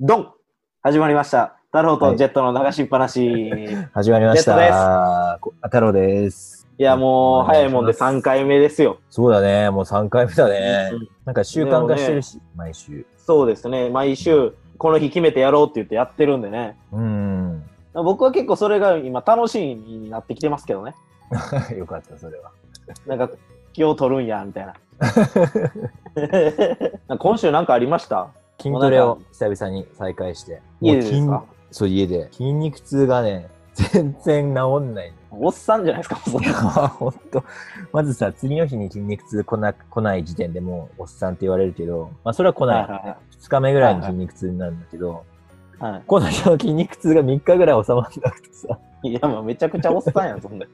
ドン始まりました。太郎とジェットの流しっぱなし。 い、始まりましジェッた。こ太郎です。や、もうお願いします早いもんで3回目ですよ。そうだね。もう3回目だねうん。なんか習慣化してるし、毎週。そうですね。毎週、この日決めてやろうって言ってやってるんでね。うん。 僕は結構それが今楽しみになってきてますけどね。よかった、それは。なんか、気を取るんや、みたい な。なんか今週なんかありました筋トレを久々に再開して。家でですもうか筋そう、家で。筋肉痛がね、 全然治 んない。おっさんじゃないですか、もうそいれや、ほんと。まずさ、次の日に筋肉痛来な来ない時点でもう、おっさんって言われるけど、まあ、それは来はないい。は2日目ぐらいの筋肉痛になるんだけど、いはい。はこの日の筋肉痛が3日ぐらい収まらなくてさ、い、いや、もうめちゃくちゃおっさんやん、そんな。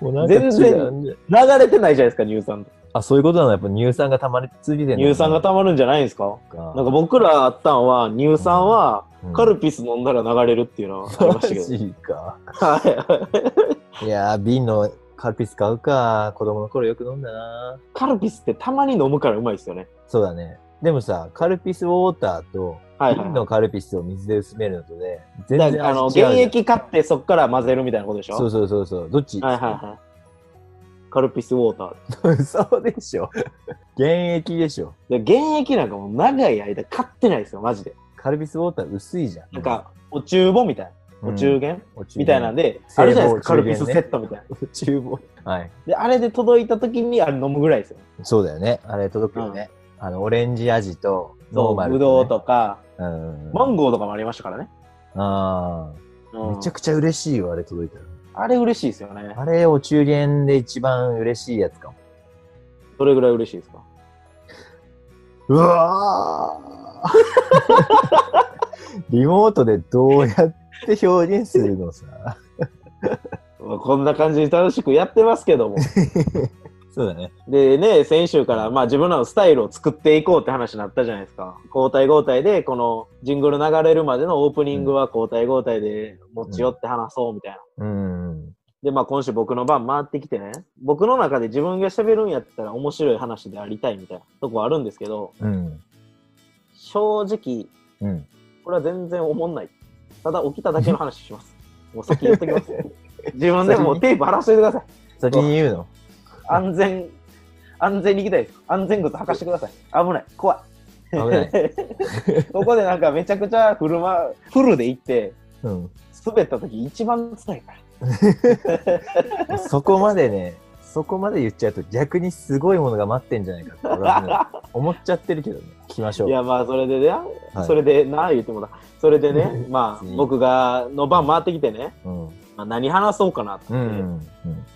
もうなんか違うんだよね流れてないじゃないですか、乳酸。あ、そういうことなのやっぱ乳酸が溜まり続けてる乳酸が溜まるんじゃないんですかまなんか僕らあったんは、乳酸はカルピピス飲んだら流れるっていうのはありましたけど。か。はいいやー、瓶のカルピス買うか。子供の頃よく飲んだな。カルピスってたまに飲むからうまいですよね。そうだね。でもさ、カルピスウォーターと、はいはい瓶はのカルピスを水で薄めるのとで、い。全だ然か味違うじらゃんあの原液買ってそっから混ぜるみたいなことでしょそうそうそうそう。どっちはいはいはい。カルピスウォーター。 嘘でしょ。原液でしょ。で原液なんかもう長い間買ってないですよ、マジで。カルピスウォーター薄いじゃん。なんか、お中元みたいな。うおん、中元お中みたいなんで。で、あるじゃないですか、カ製ル法ピスお中元ねセットみたいな。お中元。はい。で、あれで届いた時にあれ飲むぐらいですよ。そうだよね。あれ届くよね。あの、オレンジ味と、ノーマル、ぶどう。とか、うん。マンゴーとかもありましたからね。ああ。うんめちゃくちゃ嬉しいよ、あれ届いたあれ嬉しいですよねら。。あれ、お中元で一番嬉しいやつかも。どれぐらい嬉しいですかうわーリモートでどうやって表現するのさ。こんな感じに楽しくやってますけ ども。そうだね。でね、先週からまあ自分らのスタイルを作っていこうって話になったじゃないですか。交代交代で、このジングル流れるまでのオープニングは交代交代で持ち寄って話そうみたいな。うん。で、まあ今週僕の番回ってきてね、僕の中で自分が喋るんやったら面白い話でありたいみたいなとこはあるんですけど、うん。正直、うん。これは全然思んない。ただ起きただけの話し ます。もう先言っときます。自分でもうテープ貼らせてください。先に言うの安全、安全に行きたいです。安全靴履かしてください。危ない。怖い。危ない。 ここでなんかめちゃくちゃフルマ、フルで行って、うん。滑った時一番辛いから。そこまでね、そこまで言っちゃうと逆にすごいものが待ってんじゃないかって俺 はもう思っちゃってるけどね。聞きましょう。いやまあそれでね、はいそれでなあ言ってもだ。それでね、まあ別に僕がの番回ってきてね、うん。まあ、何話そうかなって。うん。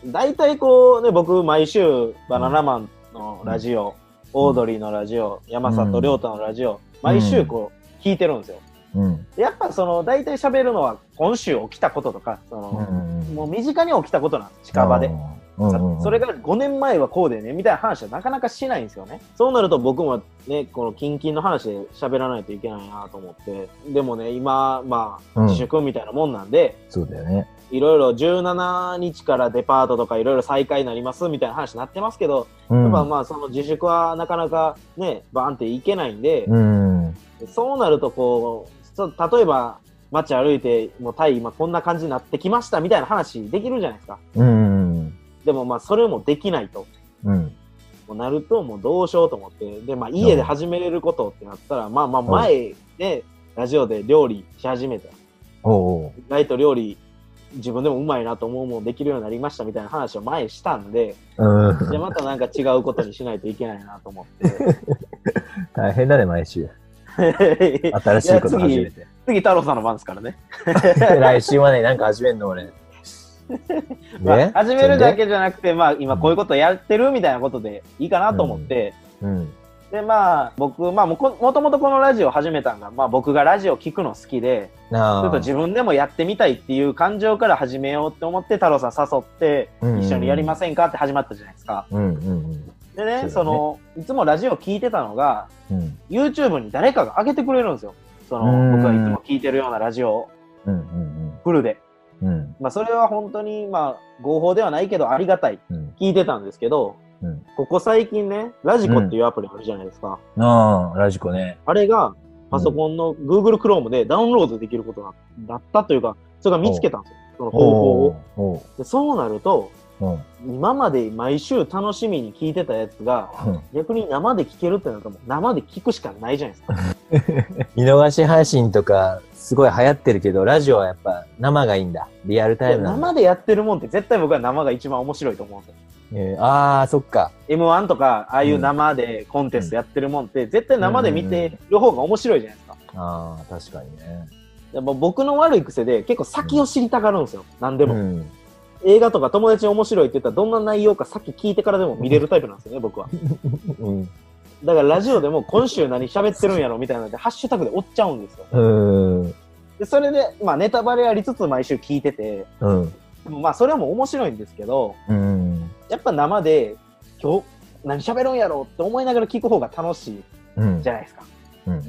大体こうね、僕毎週バナナマンのラジオ、オードリーのラジオ、山里亮太のラジオ、毎週こう聞いてるんですよ。うん。うん。やっぱその大体喋るのは今週起きたこととか、その、うんもう身近に起きたことなんです、近場で。。うんさうんうんそれが5年前はこうでねみたいな話はなかなかしないんですよね。そうなると僕もね、この近々の話で喋らないといけないなと思って、でもね、今、まあ、うん自粛みたいなもんなんで、そうだよね。いろいろ17日からデパートとかいろいろ再開になりますみたいな話になってますけど、うんやっぱまあその自粛はなかなかね、バーンっていけないんで、うん。そうなるとこう、そ例えば街歩いて、もうタイ今こんな感じになってきましたみたいな話できるじゃないですか。うん。でもまあそれもできないと。うん。もうなるともうどうしようと思ってで、まあ、家で始めれることってなったら、まあまあん前でラジオで料理し始めたおうおう。意外と料理自分でもうまいなと思うもんできるようになりましたみたいな話を前したんでうん。じゃあまたなんか違うことにしないといけないなと思って大変だね、毎週。新しいこと始めて。次太郎さんの番ですからね、来週はね、なんか始めんの、俺。 まあね始めるだ。けじゃなくて、まあ、今こういうことやってるみたいなことでいいかなと思って、うん。でまあ僕、まあ、もうこもともとこのラジオ始めたのが、まあ、僕がラジオ聞くの好きで。なあ。ちょっと自分でもやってみたいっていう感情から始めようって思って太郎さん誘ってうん一緒にやりませんかって始まったじゃないですか。うんうんでね、そそうだねのいつもラジオ聞いてたのがうん。うん。 YouTube に誰かが上げてくれるんですよ。そうんの僕がいつも聞いてるようなラジオをうんうんフルで。うん。うん。まあそれは本当にまあ合法ではないけどありがたい。うん。聞いてたんですけど、うんここ最近ね、ラジコっていうアプリあるじゃないですか。なあ、ラジコね。あれがパソコンの Google Chrome でダウンロードできることがだったというか、それが見つけたんですよ。その方法を。おうでそうなると、おう今まで毎週楽しみに聞いてたやつが、うん逆に生で聞けるってなったらもう生で聞くしかないじゃないですか。見逃し配信とか、すごい流行ってるけど、ラジオはやっぱ生がいいんだ。リアルタイムなんだ。生でやってるもんって絶対僕は生が一番面白いと思うんですよ。えーあー、そっか。 M1 とか、ああいう生でコンテストやってるもんって、絶対生で見てる方が面白いじゃないですか。あー、確かにね。でも僕の悪い癖で結構先を知りたがるんですよ。何ででも、うん、映画とか友達に面白いって言ったらどんな内容か先聞いてからでも見れるタイプなんですよね、僕は。うんだからラジオでも今週何喋ってるんやろみたいなので、ハッシュタグで追っちゃうんですよ。うん、で、それで、まあネタバレやりつつ毎週聞いてて、うん、でもまあそれはもう面白いんですけど、うん、やっぱ生で今日何喋るんやろって思いながら聞く方が楽しいうんじゃないですか。うんうん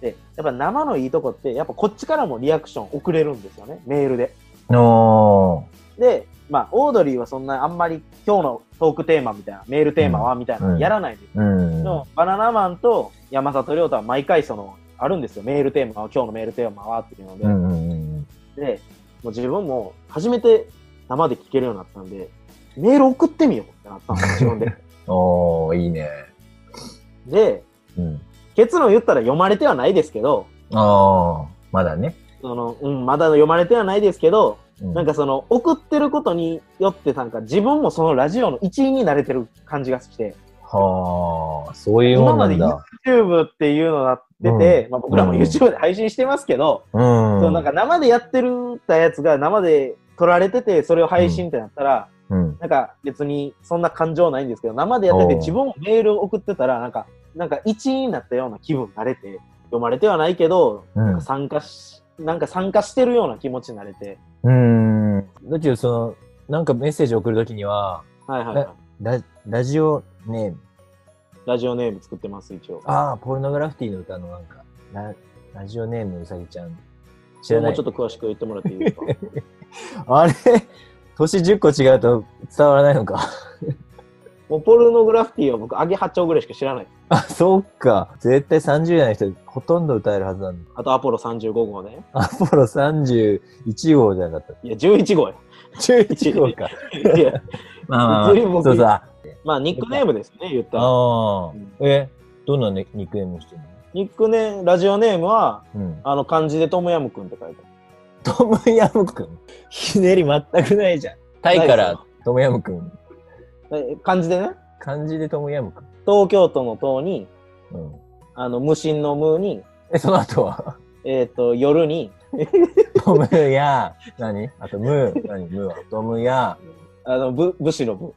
で、やっぱ生のいいとこって、やっぱこっちからもリアクション送れるんですよね、メールで。うん。おで、まあ、オードリーはそんなあんまり今日のトークテーマみたいな、メールテーマはみたいなうのんやらないです。ーうんで。も、バナナマンと山里亮太は毎回その、あるんですよ、メールテーマは、今日のメールテーマはっていうので。うんうんうんで、もう自分も初めて生で聞けるようになったんで、メール送ってみようってなったんです、自分で。 おー、いいね。で、うん。結論言ったら読まれてはないですけど、あー、まだね。その、うん、まだ読まれてはないですけど、うんなんかその、送ってることによってなんか自分もそのラジオの一員になれてる感じがして、はあ、そういうもんなんだ。 YouTube っていうのなってて、まあ、僕らもうん YouTube で配信してますけど、うそん。のなんか生でやってるたやつが生で撮られてて、それを配信ってなったら、うん。なんか別にそんな感情ないんですけど、生でやってておう自分もメールを送ってたら、なんか、なんか一員になったような気分になれて、読まれてはないけど、うんなんか参加し、なんか参加してるような気持ちになれて、うーん。だけど、その、なんかメッセージ送るときには、はいはい、はいえ。ララジオネーム、ラジオネーム作ってます、一応。ああ、ポルノグラフィティの歌のなんか、ララジオネームうさぎちゃん。知らなもいうちょ。っと詳しく言ってもらっていいですか あれ 年10個違うと伝わらないのか。 もうポルノグラフィティは僕、アゲハチョウぐらいしか知らない。あ、そうか。絶対30代の人、ほとんど歌えるはずなんだ。 あとアポロ35号ね。アポロ31号じゃなかっいや、11号や。た。11号 か。いや、まあまあずいぶまんあ、そうそう。あまあ、ニックネームですね、言ったら。あうんー。え、どんなねニックネームしてるのニックネーム、ラジオネームは、うん。あの、漢字でトムヤムくんって書いてトムヤムくん。ひねり全くないじゃん。タイからトムヤムくん。ある。え漢字でね、漢字でトムヤムくん。東京都の党に、うん。あの、無心の無に、え、その後は えっ、と、夜に、トムヤ、何あとムー、何ムーは。トムヤ、あの、ぶ、武士の部。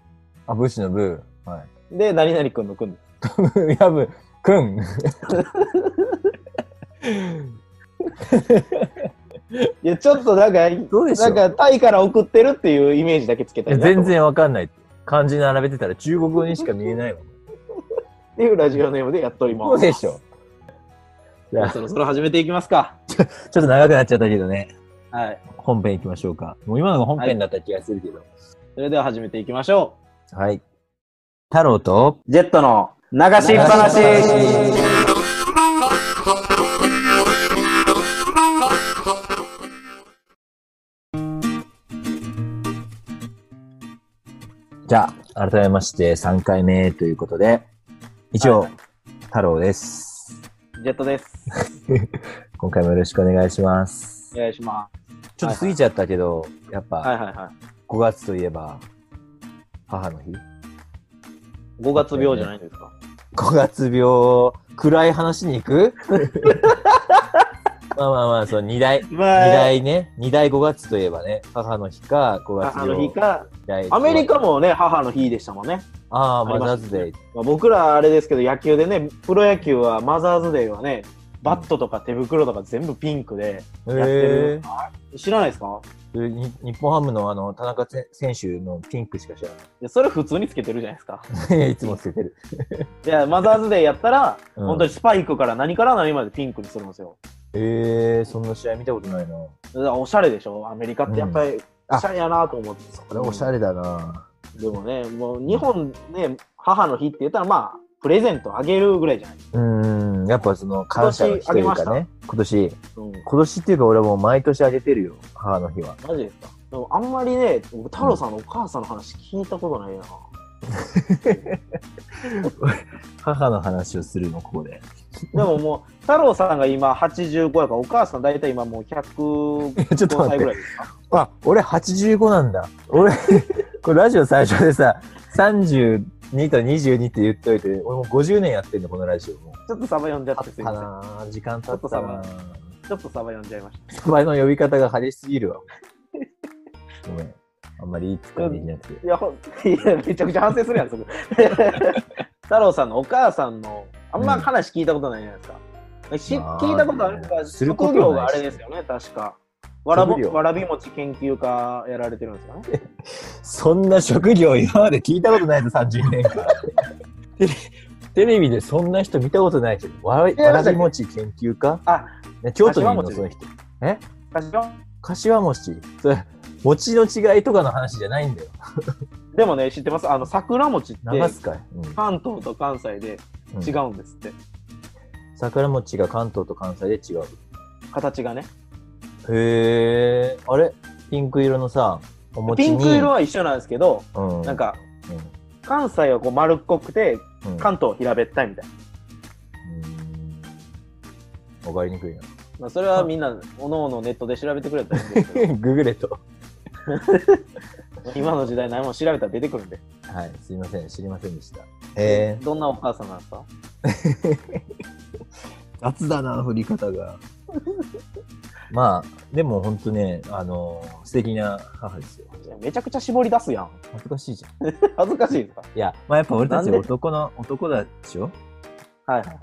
あ、武士のブー。はい。 で、何々くんのくんです。トムヤブくん。いや、ちょっとなんか、どうでなんか、タイから送ってるっていうイメージだけつけたいなと思全って。然わかんない。漢字並べてたら中国語にしか見えないもん。っていうラジオネームでやっと ります。そうでしょ。じじゃゃああ、ちそょろそろ始めていきますか。っと長くなっちゃったけどね。はい。本編行きましょうか。もう今のが本編だった気がするけど。それでは始めていきましょはい。太郎と、う。ジェットの流しっぱなし。じゃあ、改めまして3回目ということで、一応、太郎です。ジェットです。今回もよろしくお願いしますお。願いしまちょっと過ぎちゃったけど、やっす。はいぱはいは5月といえば、母の日。い。5月病じゃないんですか。 5月病、暗い話に 行くまあまあまあ、その2大、2ま大ね、2大5月といえばね、母の日か5月母病。の日か。二大アメリカもね、母の日でしたもんね。ああ、あマりまザーしズたねデイ。まあ、僕らあれですけど、野球でね、プロ野球はマザーズデーはね、バットとか手袋とか全部ピンクで、へやってるえ。知らないですかに日本ハムのあの、田中せ選手のピンクしか知らいやそれ普通につけてるじゃないですか。ない。 いつもつけてる。じゃあ、マザーズデーやったら、うん本当にスパイクから何から何までピンクにするんですよ。ええ、そんな試合見たことないな。こだからおしゃれでしょアメリカってやっぱり、あおしゃれやなと思って。それおしゃれだな。でもね、もう日本ね、母の日って言ったらまあ、プレゼントあげるぐらいじゃない、うん、やっぱその感謝の日というかね、今年、うん、今年っていうか俺はもう毎年あげてるよ、母の日は。マジですかでもあんまりね、僕太郎さんのお母さんの話聞いたことないな。母の話をするの、ここで。 でももう、太郎さんが今85やから、お母さん大体今もう105ちょっと待歳ぐってら。 いですかあ、俺85なんだ。俺、 これラジオ最初でさ、32と22って言っといて、俺もう50年やってんの、このラジオ。もちょっとサバ読んじゃって経すっいたまなぁ時間経ったなぁせん。ちょっとサバ読んじゃいましお前の呼び方が激しすぎるわ。ごめん。あんまりいい使いできなくて。た。いや、ほんいやめちゃくちゃ反省するやん、そ こ。太郎さんのお母さんの、あんま話聞いたことないじゃないですか。しまあ聞いたことあるかねら、すること職はな業いがあれですよね、確か。わらぼ職業わらび餅研究家やられてるんですよね。そんな職業今まで聞いたことないぞ、30年 間。テレテレビでそんな人見たことないけど、わらやわらび餅研究家あ、ね京都にいる柏の、餅その人。私は柏餅それ、餅の違いとかの話じゃないんだよ。でもね、知ってますあの、桜餅って、流すかい。うん関東と関西で違うんですって、桜餅が関東と関西で違う。形がねへえ。あれピンク色のさ、お餅ピに。ンク色は一緒なんですけど、うん、なんかうん、関西はこう丸っこくてうん、関東は平べったいみたいな、うーんわかりにくいな。まあ、それはみんなおのおのネットで調べてくれたらいいんですけ ググれと。ど 今の時代何も調べたら出てくるんで、はい、すいません、知りませんでした。へえ。どんなお母さんなんですか雑だな、振り方が。 まあ、でも本当ね、あのー素敵な母ですよ。いやめちゃくちゃ絞り出すやん 恥ずかしいじゃん。い恥ずかしいですかや、まあやっぱ俺たなんちで男の、男だでしょはいはいはい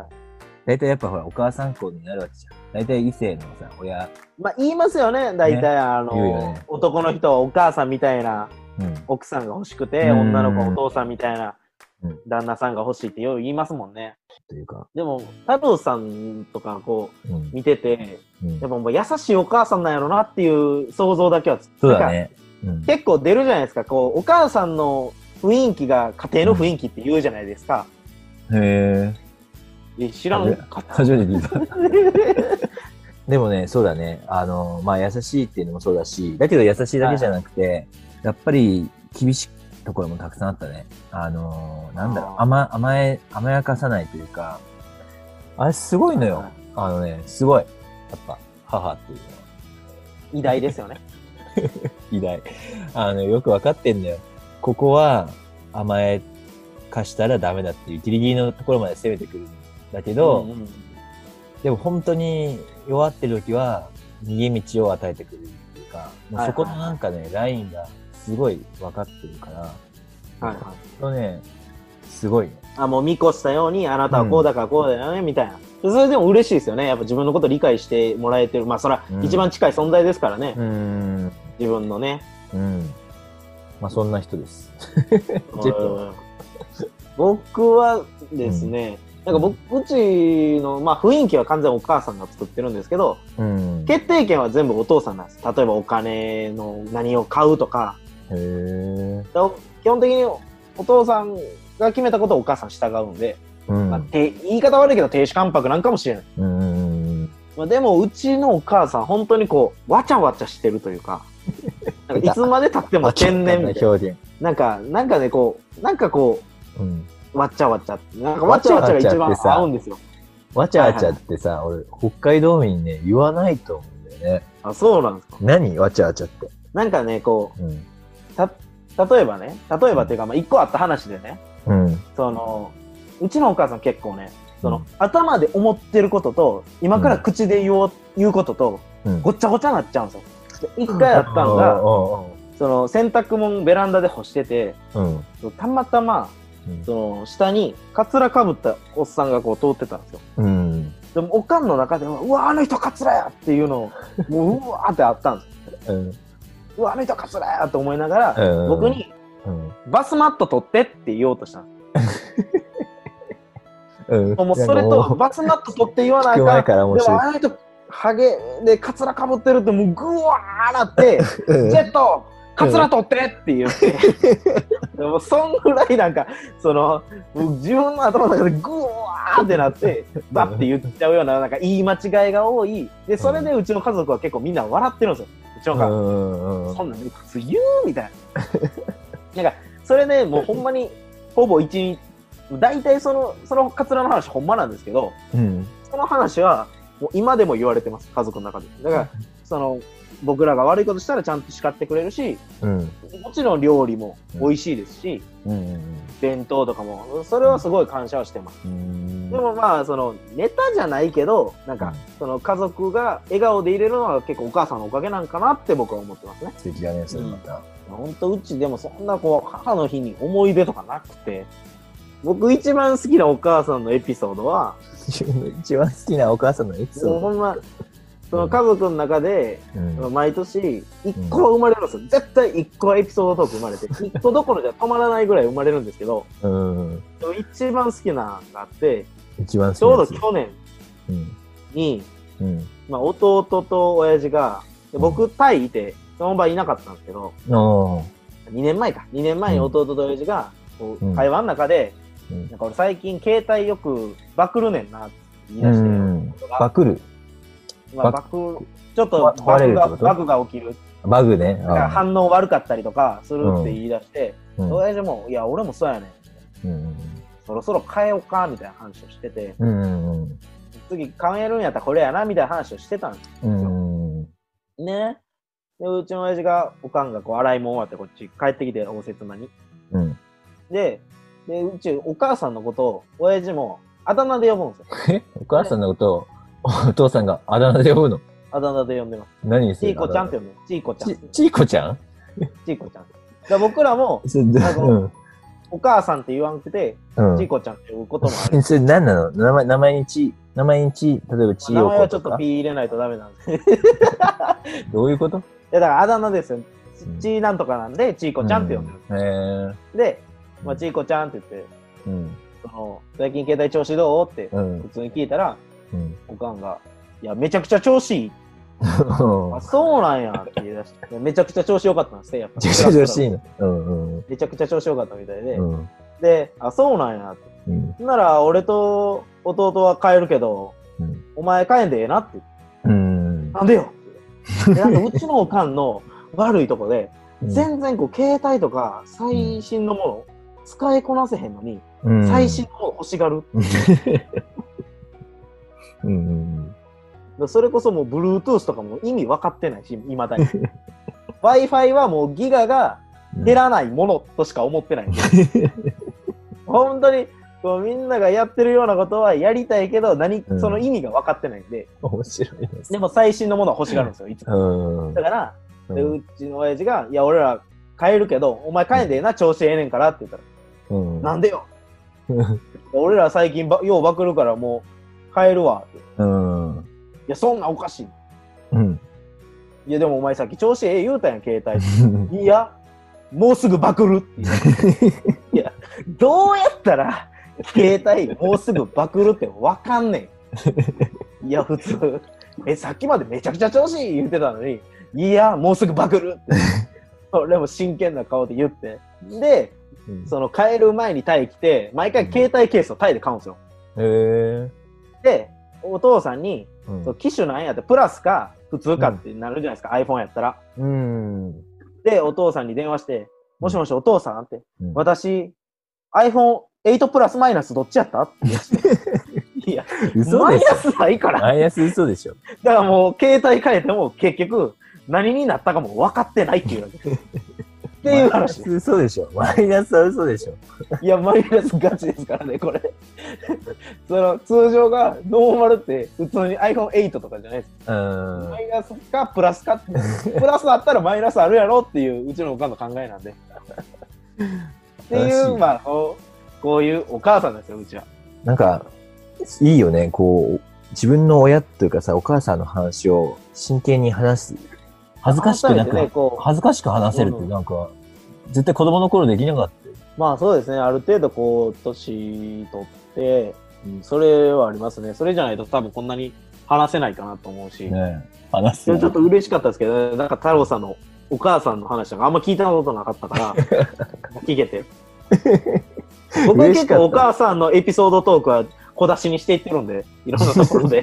大体やっぱほら、お母さん子になるわけじゃん。大体異性のさ、親、まあ言いますよね大体、ねあの言うよね男の人はお母さんみたいなうん、奥さんが欲しくてうん女の子はお父さんみたいなうん旦那さんが欲しいってよう言いますもんねというか、でも太郎さんとかこう。うん見ててうんやっぱもう優しいお母さんなんやろなっていう想像だけはつそうだね。うんなんか結構出るじゃないですかこうお母さんの雰囲気が家庭の雰囲気って言うじゃないですか、へえ。え知らんかった初めて聞いた。うでもね、そうだね。あの、まあ、優しいっていうのもそうだし、だけど優しいだけじゃなくて、やっぱり厳しいところもたくさんあったね。あの、なんだろうあ、ー甘、甘え、甘やかさないというか、あれすごいのよ。あのね、すごい。やっぱ、母っていうのは偉大ですよね偉大。あの、よくわかってんだよ。ここは甘えかしたらダメだっていうギリギリのところまで攻めてくるんだけど、んんでも本当に弱ってる時は逃げ道を与えてくれるっていうか、もうそこのなんかね、ラインがすごい分かってるから、はいはいほんとね、すごいね。あもう見越したようにあなたはこうだからこうだよね、みたいなそれでも嬉しいですよねやっぱ自分のこと理解してもらえてるまあそれはうん一番近い存在ですからね、うん。自分のねうん。まあそんな人です。うん僕はですね、なんか僕うちの、まあ、雰囲気は完全にお母さんが作ってるんですけどうん。へ決定権は全部お父さんなんです例えばお金の何を買うとかえ。だ基本的にお父さんが決めたことをお母さん従うんで、うまあ、ん。て言い方悪いけど亭主関白なんかもしれない、うん。まあ、でもうちのお母さん本当にこうわちゃわちゃしてるという かなんかいつまでたっても天然みたいな表現。なんかなんかねこうなんかこううん。わっちゃわっちゃってなんかわっちゃわちゃが一番合うんですよ。わちゃわちゃってさ、俺、北海道民ね、言わないと思うんだよね。あそうなんですか。何わちゃわちゃって。なんかね、こうん。う、た、例えばね、例えばっていうか、まあ、一個あった話でね、うん。その、うちのお母さん結構ね、その、頭で思ってることと、今から口で言おう、言うことと、うん、ごっちゃごちゃなっちゃうんですよ。で一回あったのが、その、洗濯物ベランダで干してて、うん。うん。たまたま、その、下に、カツラかぶったおっさんがこう通ってたんですよ。うん。でも、おかんの中では、うわ、あの人カツラやっていうのを、もう、うわーってあったんですようん。うわ、あの人カツラやと思いながら、うん僕にうん。バスマット取ってって言おうとしたんですうん。もうそれなんかと、もバスマット取って言わなう、聞いく前かからん面でも白あの人、ハゲでカツラかぶってるともうグワーなって、い。ジェットカツラ取ってって言って。でもそんぐらいなんか、その、もう自分の頭の中でグワーってなって、バッて言っちゃうような、なんか言い間違いが多い。で、それでうちの家族は結構みんな笑ってるんですよ。うちのう家族。んうんそんなん理屈言うみたいな。なんか、それでもうほんまに、ほぼ一日、大体その、そのカツラの話ほんまなんですけど、うん。その話は、もう今でも言われてます、家族の中で。だから、その、僕らが悪いことしたらちゃんと叱ってくれるし、うん。もちろん料理も美味しいですし、うん。弁当とかも、それはすごい感謝はしてます。うん。でもまあ、その、ネタじゃないけど、なんうかん、その家族が笑顔でいれるのは結構お母さんのおかげなんかなって僕は思ってますね。素敵だね、それまた。ほんと、うちでもそんなこう、母の日に思い出とかなくて、僕一番好きなお母さんのエピソードは、自分の一番好きなお母さんのエピもうソほんま、その家族の中で、ード。うん。毎年1個は生まれるんですよ、絶対1個はエピソードトーク生まれて1個どころじゃ止まらないぐらい生まれるんですけどうん。でも一番好きなのがあって一番ちょう好どきなや去年つ。うん。に、うん。まあ、弟と親父がで僕タイいてその場いなかったんですけどあ2年前か2年前に弟と親父がこううん会話の中で、うんなんか俺最近携帯よくバクるねんなって言いあ。う出して、ん。バクる。まあ、ババクちょっとバババレグるってがことバグが起きるバグね。なんかああ反応悪かったりとかするって言い出して、うん親父も、いや、俺もそうやねん。うん。そろそろ変えようか、みたいな話をしてて、うん。うん。次変えるんやったらこれやな、みたいな話をしてたんですうん。うん。よね。で、うちの親父が、おかんがこう洗い物終わってこっち帰ってきて、応接間に。うん。で、で、うちお母さんのことを、親父もあだ名で呼ぶんですよ。えお母さんのことをお父さんがあだ名で呼ぶのあだ名で呼んでます。何にすちるいこちゃんってて呼んでます。ちいこちゃん。ちちいこちゃんちいこちゃん。だから僕らも、それどあのお母さんって言わんくて、うんちいこちゃんって呼ぶこともある。それ何なの名前、名前にち、名前にち、例えば ち名よ前こはちょとっとか P。入れないとダメなんですけど。いどういうことやだからあだ名ですようん。ちーなんとかなんで、ちいこちゃんって呼んでる。うんへで、え。まあ、ちいこちゃんって言って、うんうん。その最近携帯調子どうってうん普。通に聞いたら、うん。おかんが、いや、めちゃくちゃ調子いい。あ、そうなんやって言い出して、いやめちゃくちゃ調子良かったんですね、やっぱ。めちゃくちゃ女子いいの。うんうんめちゃくちゃ調子良かったみたいで、うん。で、あ、そうなんやって。うん。なら、俺と弟は帰るけど、うんお前帰んでええなって言って。うん。なんでよ ってでなんかうちのおかんの悪いとこで、全然こう携帯とか最新のもの、使いこなせへんのに、うん最新。のもの欲しがる。うんうんだからそれこそもう Bluetooth とかも意味分かってないし、いまだ に。Wi-Fi はもうギガがうん。減らないものとしか思 ってない。本当にこうみんながやってるようなことはやりたいけど、何うんその意味が分かってないんで、面白いです。でも最新のものは欲しがるんですよ、いつうも。ん。だから、うでんうちの親父が、いや、俺ら帰るけど、お前帰んでええな、調子ええねんからって言ったら、うん。なんでようん俺ら最近ばようバクるからもう帰るわって。いうん。や、そんなんおかしい。うん。いや、でもお前さっき調子ええ言うたやん、携帯。いや、もうすぐバクるっていう。 いや、どうやったら、携帯、もうすぐバクるって分かんねん。いや、普通、え、さっきまでめちゃくちゃ調子いい言ってたのに、いや、もうすぐバクるって。俺も真剣な顔で言って。で、 その帰る前にタイ来て、毎回携帯ケースをタイで買うんですよ。へえ。で、お父さんに、うんそう機種なんやって、プラスか普通かってなるじゃないですか、iPhone やったら。うん。で、お父さんに電話して、もしもしお父さんって、うん私、iPhone8 プラスマイナスどっちやったって言って いや、嘘マイでナしスないかょ。ら。マイナス嘘でしょ。だからもう、携帯変えても結局、何になったかも分かってないっていう。っていうマイナ話ス。嘘でしょ。マイナスは嘘でしょ。いや、マイナスガチですからね、これ。その、通常が、ノーマルって、普通に iPhone8 とかじゃないですかうんマ。イナスかプラスか って、プラスあったらマイナスあるやろっていううちのおかんの考えなん で。っていらしう、いまあこう、こういうお母さんですよ、うちは。なんか、いいよね。こう、自分の親というかさ、お母さんの話を真剣に話す。恥ずかしく改なめてね、く、こ恥ずかしく話せるってなんか、絶対子供の頃できなかった。う、まあそうですね、ある程度こう、年取って、うんそれはありますね。それじゃないと多分こんなに話せないかなと思うし。ね話すそれの。ちょっと嬉しかったですけどね、なんか太郎さんのお母さんの話なんかあんま聞いたことなかった から、聞けて。僕は嬉結しかった構お母さんのエピソードトークは小出しにしていってるんで、いろんなところ で。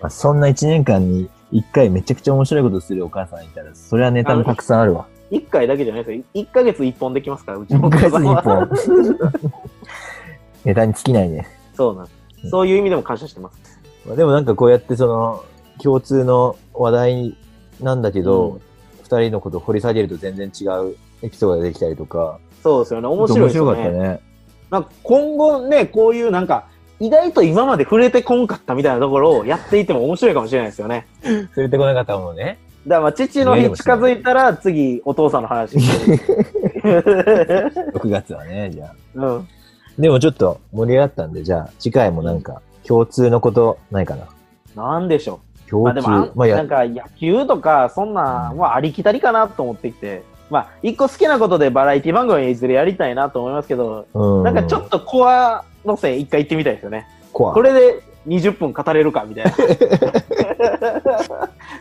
まあ、そんな1年間に1回めちゃくちゃ面白いことするお母さんいたら、それはネタもたくさんあるわ。一回だけじゃないですよ。一ヶ月一本できますから、うちの1おヶ母月さんに1は。本。 ネタに尽きないね。そうなんです。そういう意味でも感謝してます。まあ、でもなんかこうやってその、共通の話題なんだけど、二2人のことを掘り下げると全然違うエピソードができたりとか、そうですよね。面白いですよ面ね。白かったね。なんか今後ね、こういうなんか、意外と今まで触れてこんかったみたいなところをやっていても面白いかもしれないですよね。連れてこなかったもんね。だからまあ父の日近づいたら次お父さんの話してる6月はね、じゃあ。うん。でもちょっと盛り上がったんで、じゃあ次回もなんか共通のことないかな。なんでしょう。ま共あで通。もあ、まあやなんか野球とかそんなんはありきたりかなと思ってきて、まあ一個好きなことでバラエティ番組いずれやりたいなと思いますけど、うなんかちょっとコア路線一回行ってみたいですよね。怖これで20分語れるかみたい な。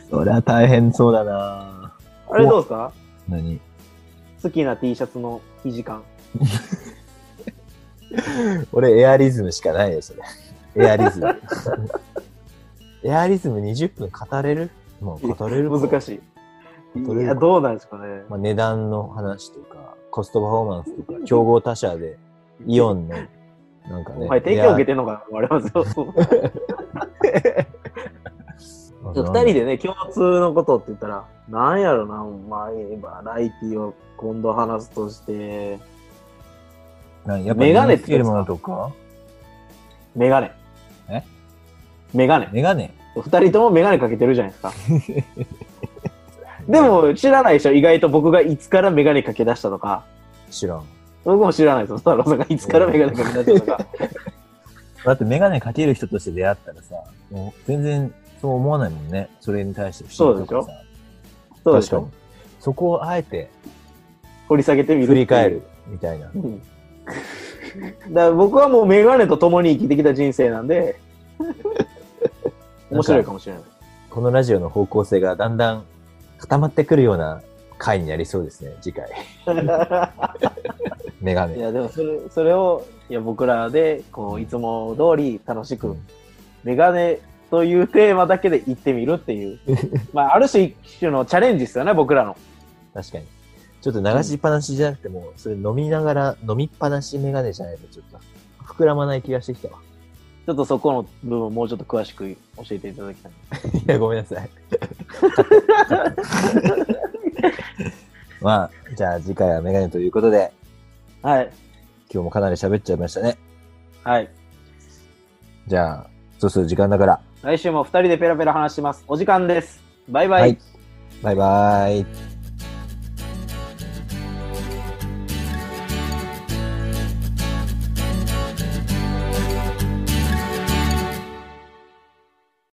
そりゃ大変そうだなあれどうですか何好きな T シャツの生地感。俺エアリズムしかないよ、そ れ。エアリズム。エアリズム20分語れるもう語れる難い。しい。語れるいや、どうなんですかね。まあ、値段の話とか、コストパフォーマンスとか、競合他社で、イオンの、なんかね。お前提供受けてんのかな思われ ますよ。て二人でね、共通のことって言ったら、なんやろな、まあ、バラエティを今度話すとして、なんやっぱメガネ身につけるものとかメガネ。えメガネ。メガネ二人ともメガネかけてるじゃないですか。でも、知らないでしょ意外と僕がいつからメガネかけ出したとか、知らん。僕も知らないですよ。スタローさんがいつからメガネかけ出したとか。だってメガネかける人として出会ったらさ、もう全然そう思わないもんね。それに対して不思議とかさ。そうでしょ確かに。そこをあえて掘り下げてみる。振り返るみたいな。うん。だから僕はもうメガネと共に生きてきた人生なん で、面白いかもしれない。このラジオの方向性がだんだん固まってくるような回になりそうですね、次回。メガい ネ。やでもそれそれをいや僕らでこういつも通り楽しうくんメガネというテーマだけで行ってみるっていう、まあ、ある種一種のチャレンジですよね僕らの確かに。ちょっと流しっぱなしじゃなくても、それ飲みながら、飲みっぱなしメガネじゃないとちょっと膨らまない気がしてきたわ。 ちょっとそこの部分もうちょっと詳しく教えていただきたいいや、ごめんなさい。 まあ、じゃあ次回はメガネということで、はい今日もかなり喋っちゃいましたね。はいじゃあ、そうする時間だから。来週も2人でペラペラ話しますお時間ですバイバイ、はいバイバイ。